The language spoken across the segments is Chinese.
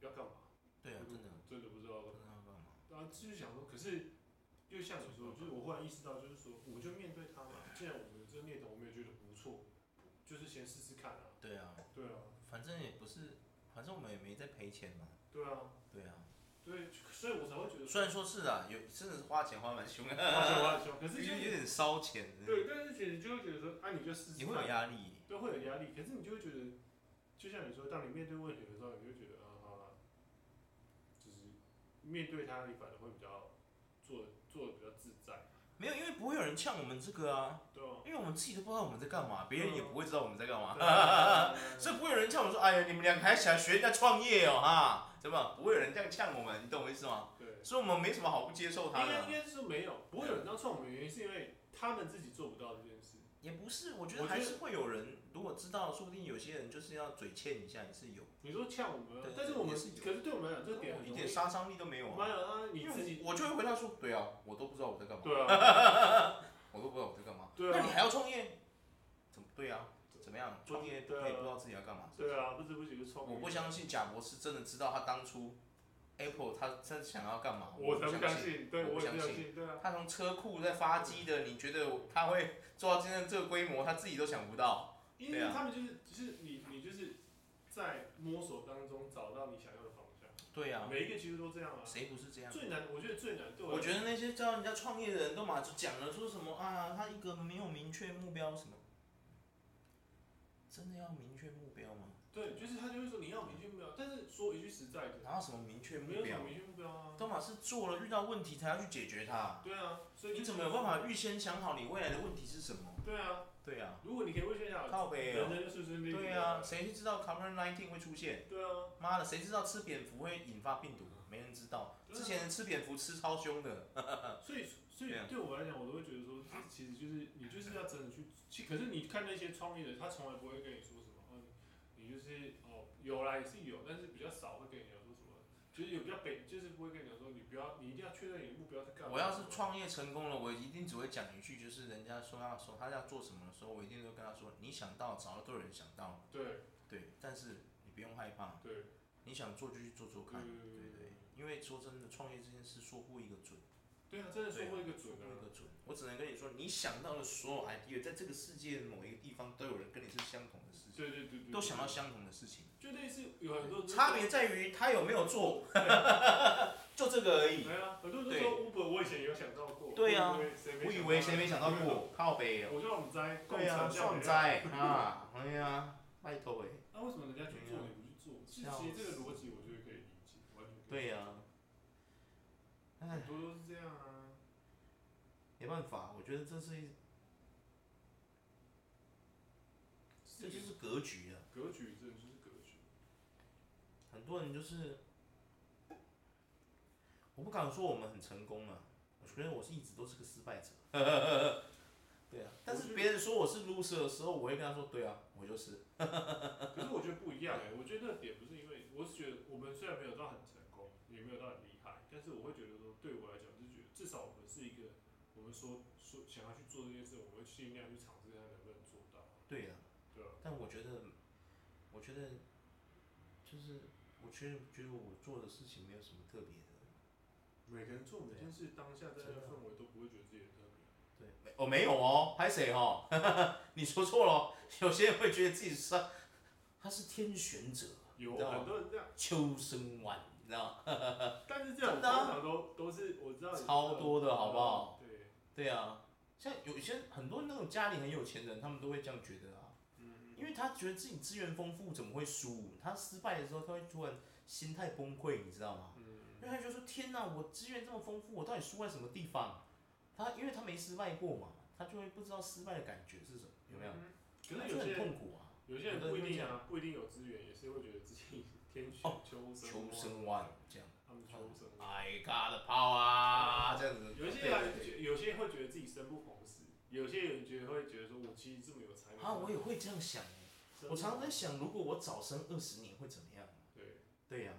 干嘛？对啊，真的，哦真的不知道。真的要干嘛？然后就是想说，可是就像你说，就是我忽然意识到，就是说，我就面对它嘛。既然我们这个念头我没有觉得不错，就是先试试看啊。对啊，对啊，反正也不是，反正我们也没在赔钱嘛。对啊，对啊，对，所以我才会觉得虽然说是啊，有真的是花钱花蛮凶的，花钱花得凶，可有是就 有点烧钱，对，但是其实就会觉得说，啊，你就试试嗯你会有看，压力。对，会有压力。可是你就会觉得，就像你说，当你面对问题的时候，你就觉得啊，好了，就是面对它，你反而会比较做做的比较自在，没有，因为不会有人呛我们这个啊，对吧？因为我们自己都不知道我们在干嘛，别人也不会知道我们在干嘛，对 啊所以不会有人呛我们说，哎呀，你们两个还想学人家创业哦哈，怎么不会有人这样呛我们，你懂我意思吗？对。所以我们没什么好不接受他应该的啊应，该是说没有，不会有人当创我们的原因是因为他们自己做不到这件事。也不是，我觉得我觉得还是会有人，如果知道，说不定有些人就是要嘴欠一下也是有，你说呛我们啊对，但是我们也是有可是对我们来讲，这个点很一容点易。杀伤力都没有妈啊，呀，啊你因自为己我我就会回答说，对啊，我都不知道我在干嘛，对啊， 我都不知道我在干嘛，对那你啊，还要创业？怎么对啊？怎么样？创业不对啊可以不知道自己要干嘛？对啊，不知不觉就创。我不相信贾博士真的知道他当初 Apple 他他想要干嘛，我不才不相相。信，对我不我也不相相信信，对啊，他从车库在发机的，你觉得他会做到今天这个规模，他自己都想不到。因啊为他们就是就是你你就是在摸索当中找到你想要的方向，对啊，每一个其实都这样啊。谁不是这样？最难，我觉得最难对我我来觉得那些教人家创业的人都嘛就讲了说什么啊，他一个没有明确目标什么，真的要明确目标吗？对，就是他就会说你要明确目标，但是说一句实在的，哪有什么明确没目有什标么？明确目标啊。都嘛是做了遇到问题才要去解决它，对啊，所以就你是怎么有办？法预先想好你未来的问题是什么？对啊，对啊，如果你可以问一下，靠北人哦生就顺顺利利。对啊，，谁知道 Covid nineteen 会出现？对啊，妈的，谁知道吃蝙蝠会引发病毒？没人知道。对啊之前吃蝙蝠吃超凶的，所以所以对啊对我来讲，我都会觉得说，这其实就是你就是要真的去，其可是你看那些创业的，他从来不会跟你说什么，嗯，你就是哦，有啦也是有，但是比较少会跟你讲说什么，就是有比较北，就是不会跟你讲说你不要，你一定要确认你的目标在干嘛。我要是创业成功了，我一定只会讲一句，就是人家说要说他要做什么的时候，我一定都跟他说，你想到早都有人想到，对对，但是你不用害怕，对你想做就去做做看，对对对，因为说真的，创业这件事说不一个准，对啊，真的说过一个说准不一啊，个准，我只能跟你说，你想到的所有 idea，在这个世界某一个地方都有人跟你是相同的事情，对对对对，都想到相同的事情。就类似有很多人都差别在于他有没有做， 就这个而已。没啊，很多人都说 Uber，我以前也有想到过。对啊我以为谁没我以为谁没想到对啊过，靠北哦。我就很栽，对啊，算灾啊，哎呀，拜托哎。那为什么人家去做你不去做？其实其实这个逻辑我觉得可以理解，完全可以。啊对呀、哎很，多都是这样啊。没办法，我觉得这是一这这就就是是格局啊。格局，真的就是格局。很多人就是，我不敢说我们很成功啊，我觉得我是一直都是个失败者。 对啊，但是别人说我是 loser 的时候，我会跟他说，对啊，我就是。可是我觉得不一样哎、我觉得那个点不是因为，我是觉得我们虽然没有到很成功，也没有到很厉害，但是我会觉得说，对我来讲，就是觉得至少我们是一个，我们说说想要去做这件事，我们会尽量去尝试看能不能做到，对啊。对吧、但我觉得，我觉得，就是我觉得觉得我做的事情没有什么特别的，每个人做每件啊事当下在那个氛围都不会觉得自己很特别。对，没哦没有哦，拍谁哦？ 你说错了哦，有些人会觉得自己是啊他是天选者，啊有你知道吗很多人这样，秋生丸，你知道吗？但是这种通真的啊常都都是我知道你超多的好不好？对，对啊，像有一些很多那种家里很有钱人，他们都会这样觉得啊，嗯，因为他觉得自己资源丰富，怎么会输？他失败的时候，他会突然心态崩溃，你知道吗？嗯，因为他就说：“天哪，我资源这么丰富，我到底输在什么地方？”他因为他没失败过嘛，他就会不知道失败的感觉是什么，有没有？嗯可他是就有些很人痛苦啊。有些人不一定啊，不一定有资源，也是会觉得自己天选哦求生，啊求生啊万这样他们求生。啊，I got the power 这样子。有些人觉有些会觉得自己生不逢时，有些人觉得会觉得说我其实这么有才能啊，我也会这样想欸。我常常在想，如果我早生二十年会怎么样？对，对呀、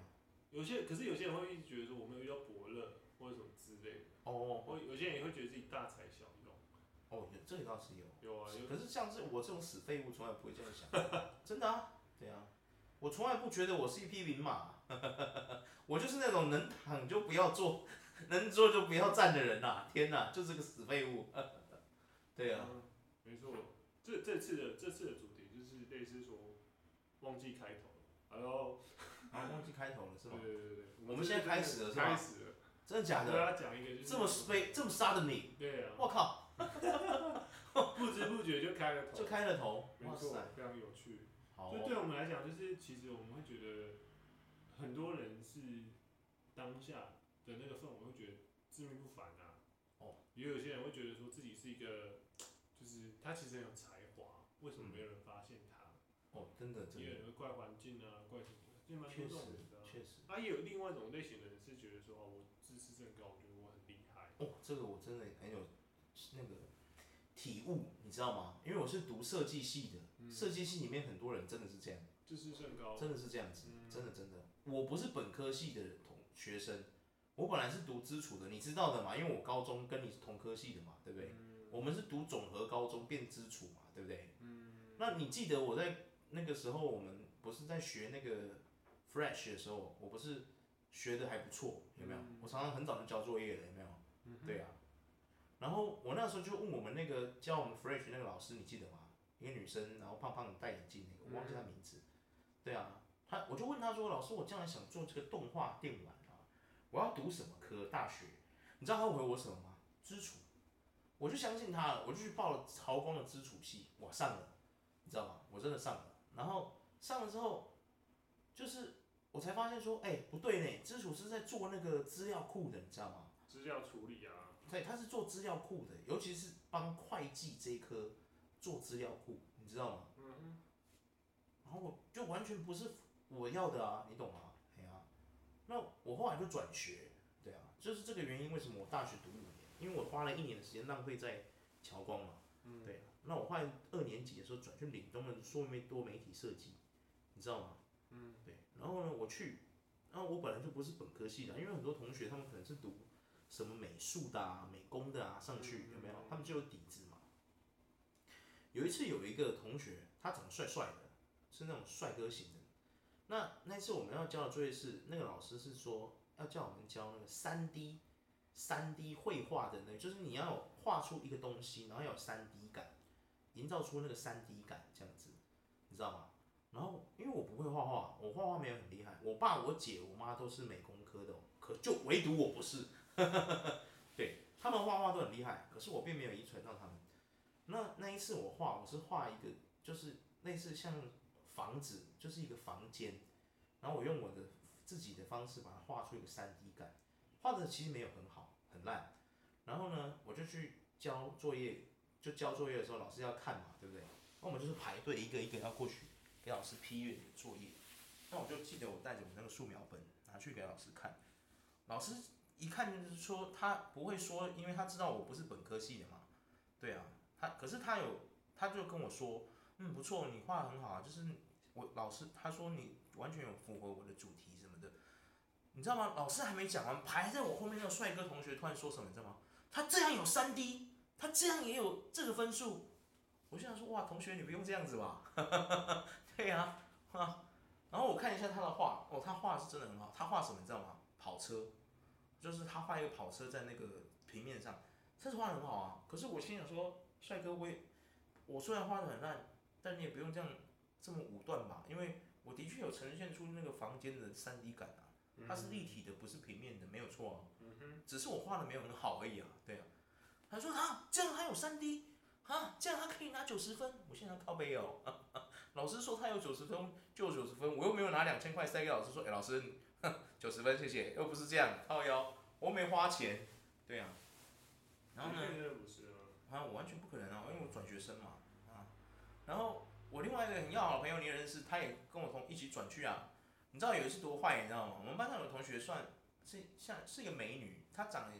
有些可是有些人会一直觉得说我没有遇到伯乐或者什么之类的，哦或有些人也会觉得自己大材小用，哦，有这个倒是有。有啊有。 可是像是我这种死废物，从来不会这样想。真的啊，对啊。我从来不觉得我是一匹名马， 我就是那种能躺就不要坐， 能坐就不要站的人呐、啊天哪，就是个死废物。 对啊，嗯，没错。这这次的这次的主题就是类似说忘记开头了，然后然啊后忘记开头了是对吗？对对对，我们现在开始了是吧开始了，真的假我跟的？大家讲一个就是这么飞这么杀的你，对啊，我靠，不知不觉就开了头，就开了头，没哇错塞，，非常有趣。好就哦，对我们来讲，就是其实我们会觉得很多人是当下的那个氛围会觉得自命不凡啊，哦，也有些人会觉得说自己是一个，就是他其实很有才华，为什么没有人发现他？哦，真的真也有的，人会怪环境啊，怪什么的，就蛮多确这实种人的啊。确实，啊，也有另外一种类型的人是觉得说，哦，我自视甚高，我觉得我很厉害。哦，这个我真的很有那个体悟，你知道吗？因为我是读设计系的，嗯设计系里面很多人真的是这样。自视甚高，真的是这样子，哦嗯真的真的。我不是本科系的同学生，我本来是读基础的，你知道的嘛，因为我高中跟你是同科系的嘛，对不对？嗯我们是读总和高中变基础嘛，对不对？嗯，那你记得我在那个时候，我们不是在学那个 Flash 的时候，我不是学的还不错，有没有？嗯我常常很早就交作业了，有没有？嗯哼对啊。然后我那时候就问我们那个教我们 Flash 那个老师，你记得吗？一个女生，然后胖胖的，戴眼镜那个，我忘记她名字。对啊，她我就问她说，老师，我将来想做这个动画电玩啊，我要读什么科？大学？你知道她回我什么吗？基础。我就相信她了，我就去报了曹光的基础系，我上了，你知道吗？我真的上了。然后上了之后，就是我才发现说，哎、不对呢，基础是在做那个资料库的，你知道吗？资料处理啊，对，他是做资料库的，尤其是帮会计这一科做资料库，你知道吗？嗯哼。然后我就完全不是我要的啊，你懂吗？哎呀、那我后来就转学，对啊，就是这个原因，为什么我大学读五年？因为我花了一年的时间浪费在侨光嘛，嗯对啊。那我后来二年级的时候转去岭东的说媒多媒体设计，你知道吗？嗯，对。然后呢，我去，然后我本来就不是本科系的，因为很多同学他们可能是读什么美术的啊、美工的啊上去，有没有？他们就有底子嘛。有一次有一个同学，他长得帅帅的，是那种帅哥型的。那那次我们要交的作业是，那个老师是说要叫我们交那个三 D 三 D 绘画的那个，就是你要有画出一个东西，然后要有三 D 感，营造出那个三 D 感这样子，你知道吗？然后因为我不会画画，我画画没有很厉害，我爸、我姐、我妈都是美工科的哦，可就唯独我不是。对他们画画都很厉害，可是我并没有遗传到他们。那那一次我画，我是画一个就是类似像房子，就是一个房间，然后我用我的自己的方式把它画出一个三 D 感，画的其实没有很好，很烂。然后呢，我就去交作业，就交作业的时候，老师要看嘛，对不对？那我们就是排队一个一个要过去给老师批阅你的作业。那我就记得我带着我那个素描本拿去给老师看，老师一看就是说他不会说，因为他知道我不是本科系的嘛，对啊，他可是他有他就跟我说，嗯，不错，你画得很好啊，就是我老师他说你完全有符合我的主题什么的，你知道吗？老师还没讲完，排在我后面那个帅哥同学突然说什么，你知道吗？他这样有三 D，他这样也有这个分数，我就想说哇，同学你不用这样子吧， 对呀、啊，啊，然后我看一下他的画，哦，他画是真的很好，他画什么你知道吗？跑车，就是他画一个跑车在那个平面上，这是画得很好啊。可是我心想说，帅哥我也，我虽然画的很烂，但你也不用这样这么武断吧，因为我的确有呈现出那个房间的三 D 感啊，它是立体的，不是平面的，没有错啊。嗯哼，只是我画的没有很好而已啊，对啊。他说啊，这样还有三 D 啊，这样他可以拿九十分，我现在靠背哦。 老师说他有九十分就有九十分，我又没有拿两千块塞给老师说，哎、老师九十分谢谢，又不是这样靠腰，我没花钱，对啊。然后呢？现在不是啊，啊，我完全不可能啊，因为我转学生嘛，啊，然后我另外一个很要好的朋友，你也认识，他也跟我同一起转去啊。你知道有一次多坏，你知道吗？我们班上有同学算是像是一个美女，她长得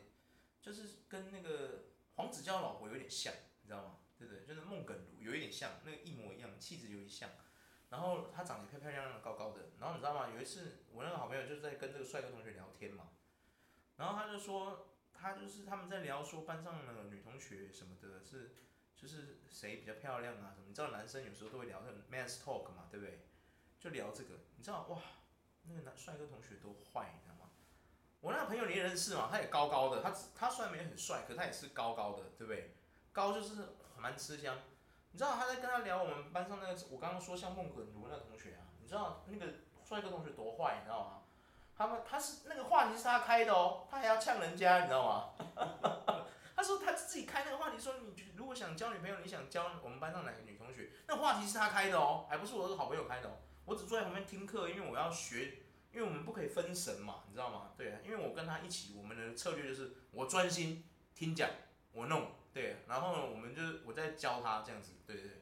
就是跟那个黄子佼老婆有点像，你知道吗？对不对？就是孟耿如有一点像，那个一模一样，气质有点像。然后她长得漂漂亮亮、高高的。然后你知道吗？有一次我那个好朋友就是在跟这个帅哥同学聊天嘛，然后他就说他就是他们在聊说班上的女同学什么的，是就是谁比较漂亮啊什么。你知道男生有时候都会聊那种 man's talk 嘛，对不对？就聊这个，你知道哇，那个男帅哥同学多坏，你知道吗？我那个朋友你也认识嘛，他也高高的，他他虽然没很帅，可他也是高高的，对不对？高就是蛮吃香。你知道他在跟他聊我们班上那个我刚刚说像孟耿如那个同学啊，你知道那个帅哥同学多坏，你知道吗？他们他是那个话题是他开的哦，他还要呛人家，你知道吗？ 他说他自己开那个话题，说你如果想交女朋友，你想交我们班上哪个女同学？那话题是他开的哦，还不是我的好朋友开的哦。我只坐在旁边听课，因为我要学，因为我们不可以分神嘛，你知道吗？对啊，因为我跟他一起，我们的策略就是我专心听讲，我弄对，然后呢，我们就是我在教他这样子，对对对。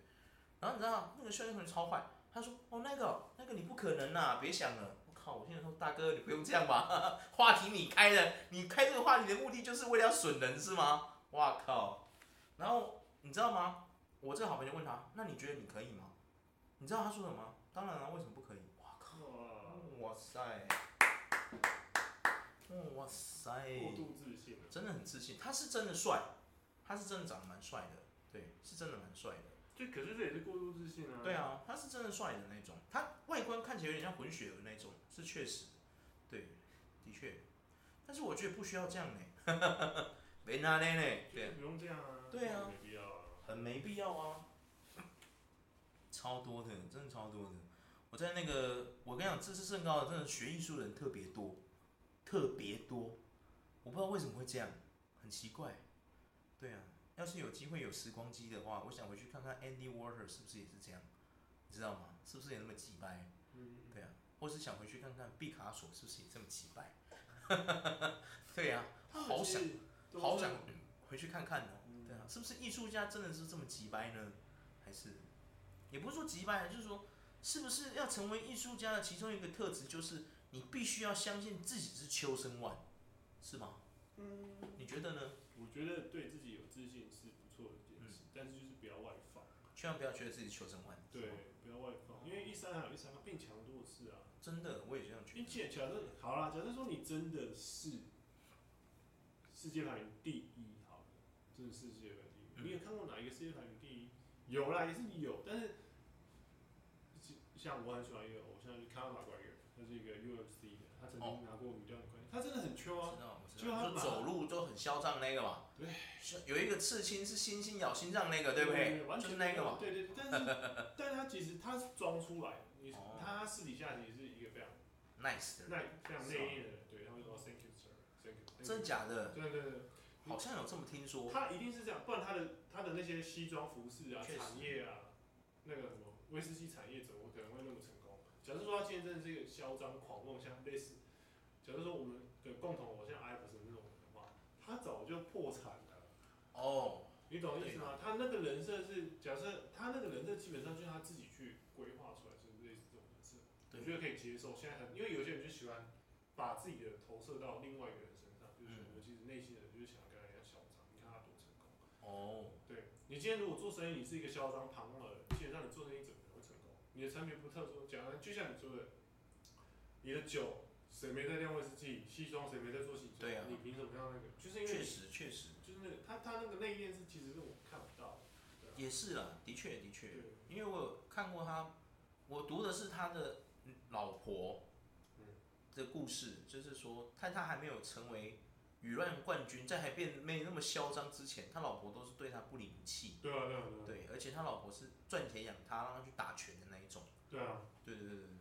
然后你知道那个校园同学超坏，他说哦那个哦那个你不可能呐、别想了。我靠！我现在说大哥，你不用这样吧， 话题你开的，你开这个话题的目的就是为了要损人是吗？哇靠！然后你知道吗？我这个好朋友问他，那你觉得你可以吗？你知道他说什么吗？当然了、啊为什么不可以？哇靠！哇，哇塞！哇塞！过度自信啊了。真的很自信，他是真的帅，他是真的长得蛮帅的，对，是真的蛮帅的。就可是这也是过度自信啊。对啊，他是真的帅的那种，他外观看起来有点像混血儿那种，是确实，对，的确。但是我觉得不需要这样欸呢、 没拿呢呢，就对是啊，不用这样啊。对啊没必要啊。很没必要啊，超多的，真的超多的。我在那个，我跟你讲，自视甚高的，真的学艺术的人特别多，特别多。我不知道为什么会这样，很奇怪。对啊，要是有机会有时光机的话，我想回去看看 Andy Warhol 是不是也是这样，你知道吗？是不是也那么几掰？嗯，对啊，或是想回去看看毕卡索是不是也这么几掰？ 对啊，好想都是好想回去看看哦。嗯对啊，是不是艺术家真的是这么急掰呢？还是也不是说急掰，就是说是不是要成为艺术家的其中一个特质，就是你必须要相信自己是秋生万，是吗？嗯，你觉得呢？我觉得对自己有自信是不错的一件嗯事，但是就是不要外放。千万不要觉得自己是秋生万，是对吗，不要外放，因为一山还有一山高，并强弱势啊。真的我也这样觉并得。且假设好啦，假设说你真的是世界排名第一，好了，真的是世界排名第一，嗯你有看过哪一个世界排名第一？有啦，也是有，但是就像我很喜欢一个偶像，就是康纳马奎尔，他是一个 UFC 的，他曾经拿过五段冠军，他真的很我秋啊。知道，我知就他道，就把走路都很嚣张那个嘛。对是，有一个刺青是猩猩咬心脏那个，对不对？完就全是那个嘛。对对对，但是但是他其实他是装出来的，你哦他私底下其实是一个非常 Nice 的人，耐非常内敛的人，对，他会说 Thank you sir, Thank you, thank 真 you。假的？对对对。好像有这么听说。他一定是这样，不然他的他的那些西装服饰啊、确实产业啊，那个什么威士忌产业怎么可能会那么成功？假设说他今天真的是一个嚣张狂妄，像类似，假设说我们的共同偶像艾弗森那种人的话，他早就破产了，哦，你懂意思吗？他那个人设是假设他那个人设基本上就是他自己去规划出来，就是类似这种人设，对我觉得可以接受。现在很因为有些人就喜欢把自己的投射到另外一个人身上，就是嗯我其实内心的人就是想要跟人家嚣张，你看他多成功。哦，对你今天如果做生意，你是一个嚣张狂妄的人，基本上你做生意怎么可能会成功？你的产品不特殊，讲的就像你说的，你的酒谁没在酿威士忌，西装谁没在做西装，对啊你凭什么要那个？就是因为确你实确实就是那个他他那个内敛是其实是我看不到的，也是啦，的确的确，对，因为我有看过他，我读的是他的老婆嗯的故事，就是说，看他还没有成为羽乱冠军，在还变没那么嚣张之前，他老婆都是对他不离不弃，对啊对啊对啊对，而且他老婆是赚钱养他，让他去打拳的那一种，对啊，对对对对对，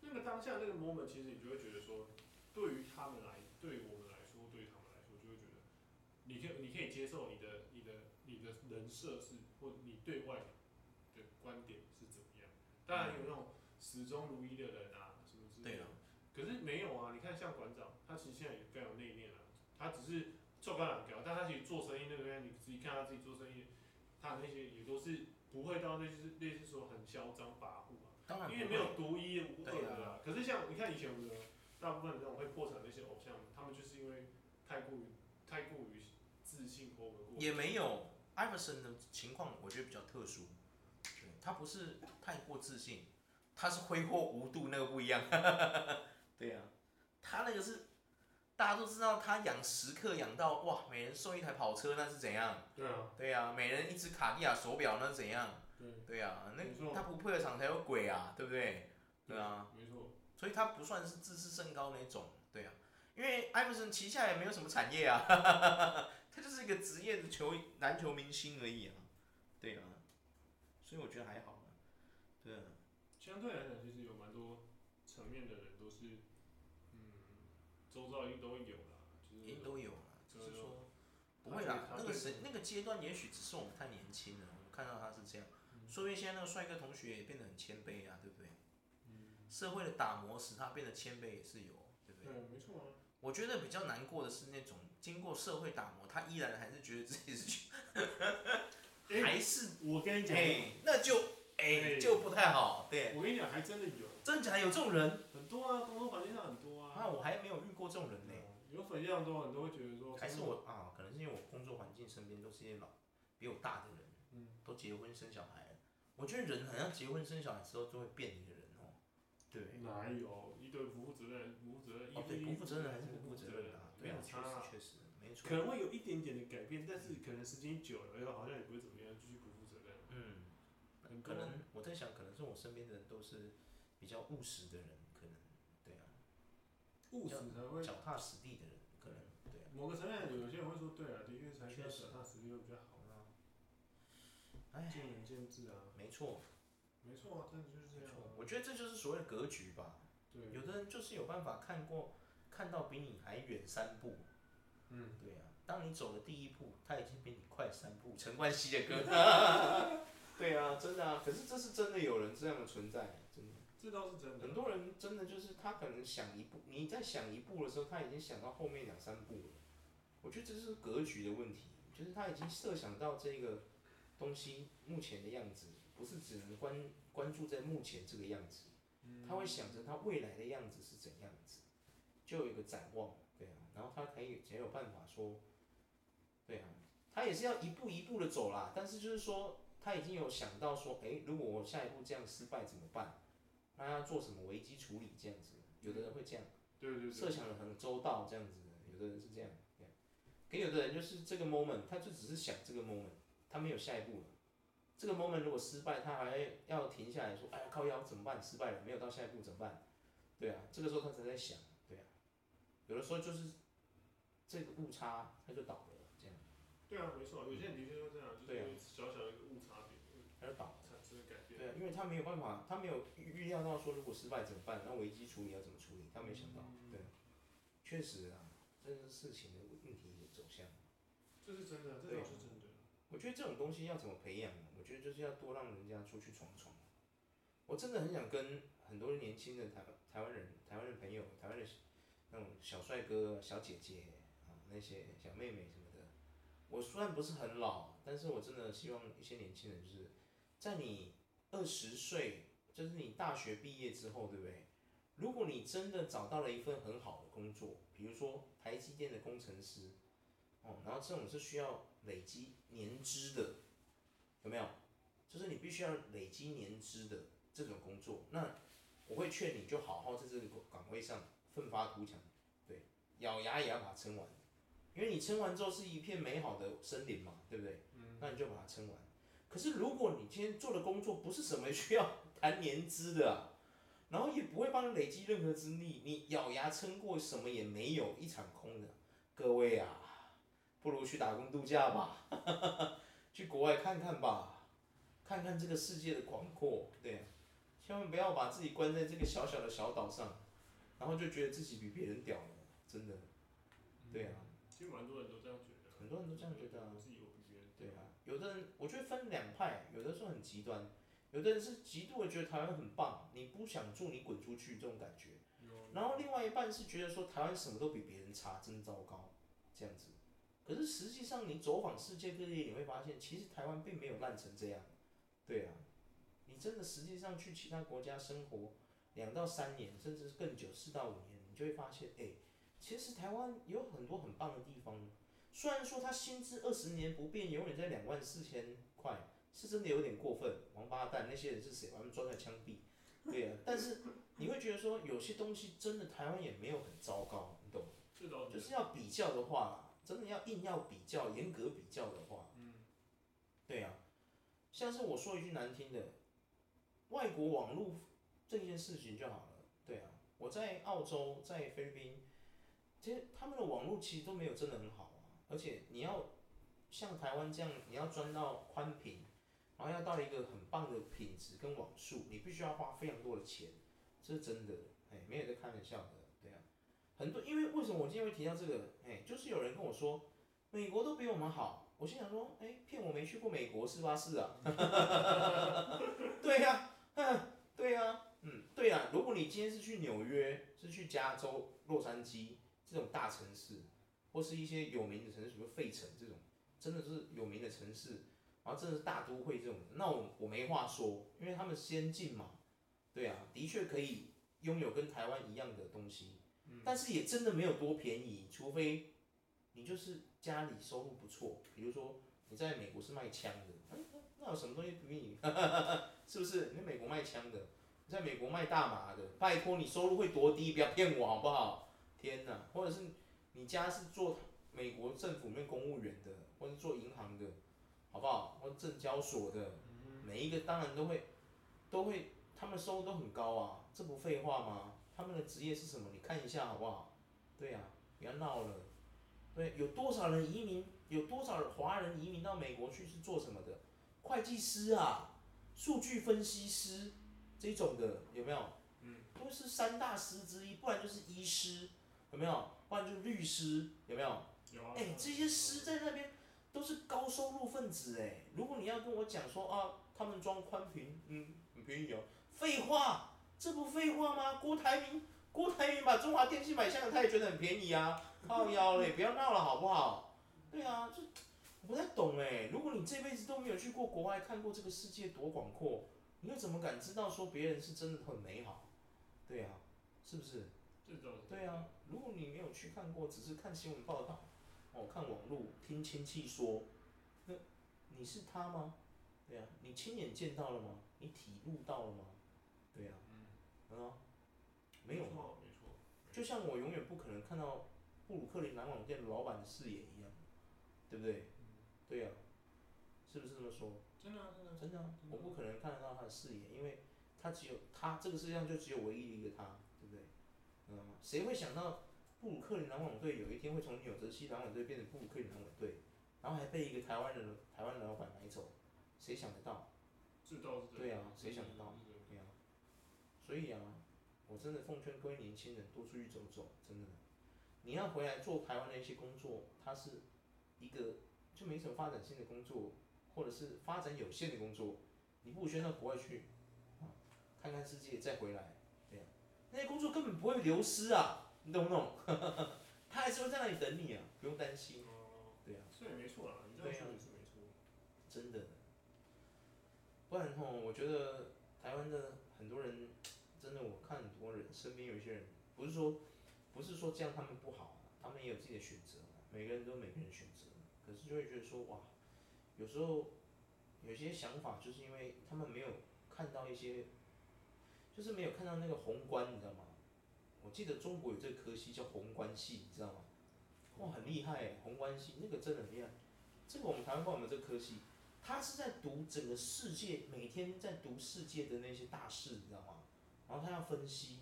那个当下那个 moment，其实你就会觉得说，对于他们来，对于我们来说，对于他们来说，就会觉得，你可以你可以接受你的你的你的人设是，或你对外的观点是怎么样。当然有那种始终如一的人啊，什么之类对的啊。可是没有啊，你看像馆长，他其实现在也非常内敛啊，他只是做橄榄条，但他其实做生意那边，你自己看他自己做生意，他的那些也都是不会到类似类似说很嚣张跋扈啊。当然因为不没会有独一无二嗯对的啊啦。可是像你看以前我们的大部分那种会破产的那些偶像，他们就是因为太过于太过于自信或过也没有艾弗森的情况，我觉得比较特殊，对他不是太过自信，他是挥霍无度，那个不一样。 对呀、他那个是大家都知道，他养食客养到哇，每人送一台跑车，那是怎样？对啊，对呀、每人一只卡地亚手表，那是怎样？对，对呀、没那错他不破产才有鬼啊，对不对？对啊，没错，所以他不算是自视甚高那种，对啊，因为艾弗森旗下也没有什么产业啊， 他就是一个职业的球篮球明星而已啊，对啊，所以我觉得还好啊，对啊，相对来讲，其实有蛮多层面的人都是，嗯，周遭一定都会有啦，就也是都有啊，就是对说啊不会啦，他那对他个对时那个阶段也许只是我们太年轻了，我们看到他是这样，说不定现在那个帅哥同学也变得很谦卑啊，对不对？嗯社会的打磨使他变得谦卑也是有，对不对？对，没错啊，我觉得比较难过的是那种经过社会打磨，他依然还是觉得自己 是哎还是我跟你哎、讲，那就哎、哎就不太好。对，我跟你讲，还真的有真假有这种人？很多啊，工作环境上很多啊，啊，我还没有遇过这种人呢、有粉样多，很多会觉得说，还是我啊，可能是因为我工作环境身边都是一些老比我大的人，嗯，都结婚生小孩了。我觉得人好像结婚生小孩之后就会变一个人哦。对，哪有一堆不负责任、不负责任、啊哦对，一不堆负责任还是不负责任啊？没对啊有，确差啊实确实没可错。能会有一点点的改变，但是可能时间久了，又好像也不会怎么样，继续不负责任。嗯，很可多能我在想，可能是我身边的人都是比较务实的人，可能对啊，务实才会脚踏实地的人，可能对啊。某个层面，有些人会说，对啊，的确才需要脚踏实地会比较好，啊哎，见仁见智啊，没错，没错啊，但就是这没样错啊，，我觉得这就是所谓的格局吧。对，有的人就是有办法看过，看到比你还远三步。嗯，对啊，当你走了第一步，他已经比你快三步。陈冠希的 歌。对啊，真的啊，可是这是真的有人这样的存在，真的。这倒是真的啊很，多人真的就是他可能想一步，你在想一步的时候，他已经想到后面两三步了。我觉得这是格局的问题，就是他已经设想到这个东西目前的样子，不是只能关关注在目前这个样子，他会想着他未来的样子是怎样子，就有一个展望，对啊，然后他才有才有办法说，对啊，他也是要一步一步的走啦，但是就是说他已经有想到说，诶，如果我下一步这样失败怎么办？那要做什么危机处理这样子？有的人会这样对对设对，想的很周到这样子的，有的人是这样，对啊可有的人就是这个 moment，他就只是想这个 moment，他没有下一步了。这个 moment 如果失败，他还要停下来说，哎呀靠腰怎么办？失败了，没有到下一步怎么办？对啊，这个时候他才在想，对啊，有的时候就是这个误差他就倒了，这样对啊，没错啊，有些人的确会这样，就是对啊有小小的一个误差点会他就倒了。产生的改变。对啊，因为他没有办法，他没有预预料到说如果失败怎么办，那危机处理要怎么处理，他没想到。对啊，确实啊，这是事情的问题的走向。这是真的，这对倒啊是真的。我觉得这种东西要怎么培养呢？啊我觉得就是要多让人家出去闯闯。啊我真的很想跟很多年轻的台湾台湾人、台湾人朋友、台湾的那种小帅哥、小姐姐啊，那些小妹妹什么的。我虽然不是很老，但是我真的希望一些年轻人，就是在你二十岁，就是你大学毕业之后，对不对？如果你真的找到了一份很好的工作，比如说台积电的工程师，哦，然后这种是需要累积年资的，有没有？就是你必须要累积年资的这种工作。那我会劝你就好好在这个岗位上奋发图强，对，咬牙也要把它撑完，因为你撑完之后是一片美好的森林嘛，对不对？嗯，那你就把它撑完。可是如果你今天做的工作不是什么需要谈年资的、啊，然后也不会帮你累积任何资历，你咬牙撑过什么也没有，一场空的。各位啊，不如去打工度假吧， 去国外看看吧，看看这个世界的广阔，对啊、千万不要把自己关在这个小小的小岛上，然后就觉得自己比别人屌了，真的，对啊。其实蛮多人都这样觉得啊，很多人都这样觉得啊我自己我比别人对屌啊，有的人我觉得分两派，有的是很极端，有的人是极度的觉得台湾很棒，你不想住你滚出去这种感觉，有然后另外一半是觉得说台湾什么都比别人差，真糟糕这样子。可是实际上你走访世界各地，你会发现其实台湾并没有烂成这样，对啊，你真的实际上去其他国家生活两到三年，甚至是更久四到五年，你就会发现，哎、其实台湾有很多很棒的地方。虽然说他薪资二十年不变，永远在两万四千块，是真的有点过分。王八蛋，那些人是谁？把他们抓出来枪毙。对啊，但是你会觉得说，有些东西真的台湾也没有很糟糕，你懂吗？这倒就是要比较的话，真的要硬要比较，严格比较的话，嗯，对啊，像是我说一句难听的，外国网络这件事情就好了。对啊，我在澳洲，在菲律宾，其实他们的网络其实都没有真的很好啊。而且你要像台湾这样，你要钻到宽频，然后要到一个很棒的品质跟网速，你必须要花非常多的钱，这是真的，哎，没有在开玩笑的。对啊，很多因为为什么我今天会提到这个？哎，就是有人跟我说，美国都比我们好。我心想说，哎，骗我没去过美国是吧？是啊， 对呀、嗯，对呀、嗯，对呀、如果你今天是去纽约，是去加州、洛杉矶这种大城市，或是一些有名的城市，比如费城这种，真的是有名的城市，然后真的是大都会这种，那我我没话说，因为他们先进嘛，对啊，的确可以拥有跟台湾一样的东西，但是也真的没有多便宜，除非你就是家里收入不错，比如说你在美国是卖枪的，哎那那有什么东西比你 是不是？你在美国卖枪的，你在美国卖大麻的，拜托你收入会多低？不要骗我好不好？天哪！或者是你家是做美国政府里面公务员的，或者做银行的，好不好？或者证交所的，每一个当然都会都会，他们收入都很高啊，这不废话吗？他们的职业是什么？你看一下好不好？对呀、不要闹了。对，有多少人移民？有多少华人移民到美国去是做什么的？会计师啊，数据分析师这种的有没有？嗯，都是三大师之一，不然就是医师，有没有？不然就是律师，有没有？有啊，哎、这些师在那边都是高收入分子哎、如果你要跟我讲说啊，他们装宽屏，嗯，很便宜哦，废话，这不废话吗？郭台铭，郭台铭把中华电信买下来，他也觉得很便宜啊，靠腰嘞，不要闹了好不好？对啊，就我不太懂哎、如果你这辈子都没有去过国外，看过这个世界多广阔，你又怎么敢知道说别人是真的很美好？对啊，是不是？这种对啊，如果你没有去看过，只是看新闻报道，哦，看网络，听亲戚说，那你是他吗？对啊，你亲眼见到了吗？你体悟到了吗？对啊，嗯，啊，没有啊错吗？没错，就像我永远不可能看到布鲁克林篮网店老板的视野一样，对不对？对啊，是不是这么说？真的啊真的啊，真的啊、我不可能看得到他的视野，因为他只有他这个世界上就只有唯一的一个他，对不对？嗯，谁会想到布鲁克林篮网队有一天会从纽泽西篮网队变成布鲁克林篮网队，然后还被一个台湾人台湾老板买走，谁想得到？这倒是真的对啊谁想得到？这个对啊，所以啊，我真的奉劝各位年轻人多出去走走，真的，你要回来做台湾的一些工作，它是一个就没什么发展性的工作，或者是发展有限的工作，你不如先到国外去，啊看看世界再回来，对啊，那些工作根本不会流失啊，你懂不懂？ 他还是会在那里等你啊，不用担心，对啊。是也没错啦，你这样说也是没错。啊真的。不然吼，我觉得台湾的很多人，真的我看很多人身边有一些人，不是说不是说这样他们不好啊，他们也有自己的选择啊，每个人都有每个人的选择，可是就会觉得说哇，有时候有些想法就是因为他们没有看到一些，就是没有看到那个宏观，你知道吗？我记得中国有这个科系叫宏观系，你知道吗？哇，很厉害欸，宏观系那个真的很厉害。这个我们台湾不知道有没有这个科系，他是在读整个世界，每天在读世界的那些大事，你知道吗？然后他要分析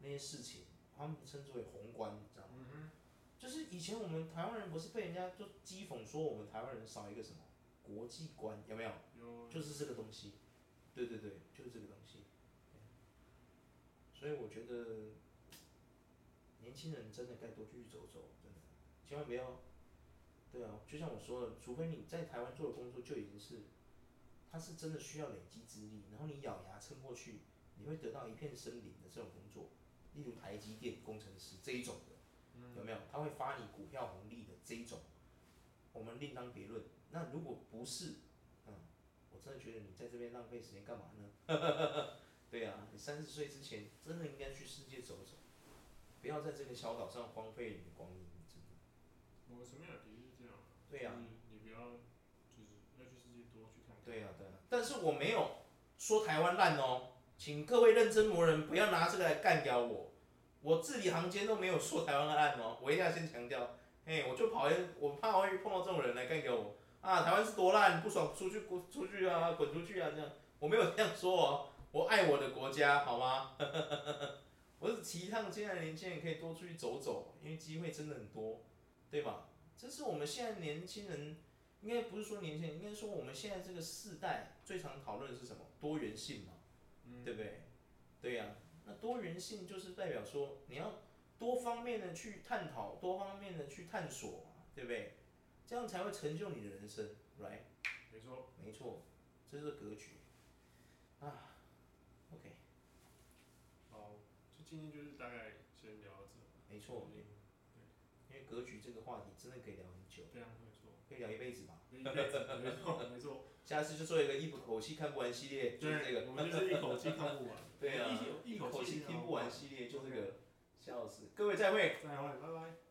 那些事情，他们称之为宏观，你知道吗？就是以前我们台湾人不是被人家就讥讽说我们台湾人少一个什么国际观，有没有？有就是这个东西，对对对，就是这个东西。对所以我觉得年轻人真的该多去走走，真的，千万不要。对啊，就像我说的，除非你在台湾做的工作就已经是，它是真的需要累积资历，然后你咬牙撑过去，你会得到一片森林的这种工作，例如台积电工程师这一种的，有没有？他会发你股票红利的这一种，我们另当别论。那如果不是，嗯我真的觉得你在这边浪费时间干嘛呢？ 对啊，你三十岁之前真的应该去世界走走，不要在这个小岛上荒废你的光阴，真的。某个层面的确是这样。对啊，就是你不要就是要去世界多去看看。对啊，对啊。但是我没有说台湾烂哦，请各位认真磨人，不要拿这个来干掉我。我字里行间都没有说台湾烂哦，我一定要先强调。哎，我就讨厌，我怕会碰到这种人来干掉我啊！台湾是多烂，不爽出去滚出去啊，滚出去啊！这样我没有这样说哦，我我爱我的国家，好吗？ 我只提倡现在年轻人可以多出去走走，因为机会真的很多，对吧？这是我们现在年轻人，应该不是说年轻人，应该说我们现在这个世代最常讨论的是什么？多元性嘛，对不对？对呀、那多元性就是代表说你要多方面的去探讨，多方面的去探索嘛，对不对？这样才会成就你的人生，right？没错，没错，这是格局啊。OK，好，就今天就是大概先聊到这，没错，因为格局这个话题真的可以聊很久，非常没错，可以聊一辈子吧。一辈子没错没 错，下次就做一个一口气看不完系列，就是这对，个。我们就是一口气看不完，对啊，一口口气气听不完，系列，就这个。笑死，各位再会。再会，拜拜。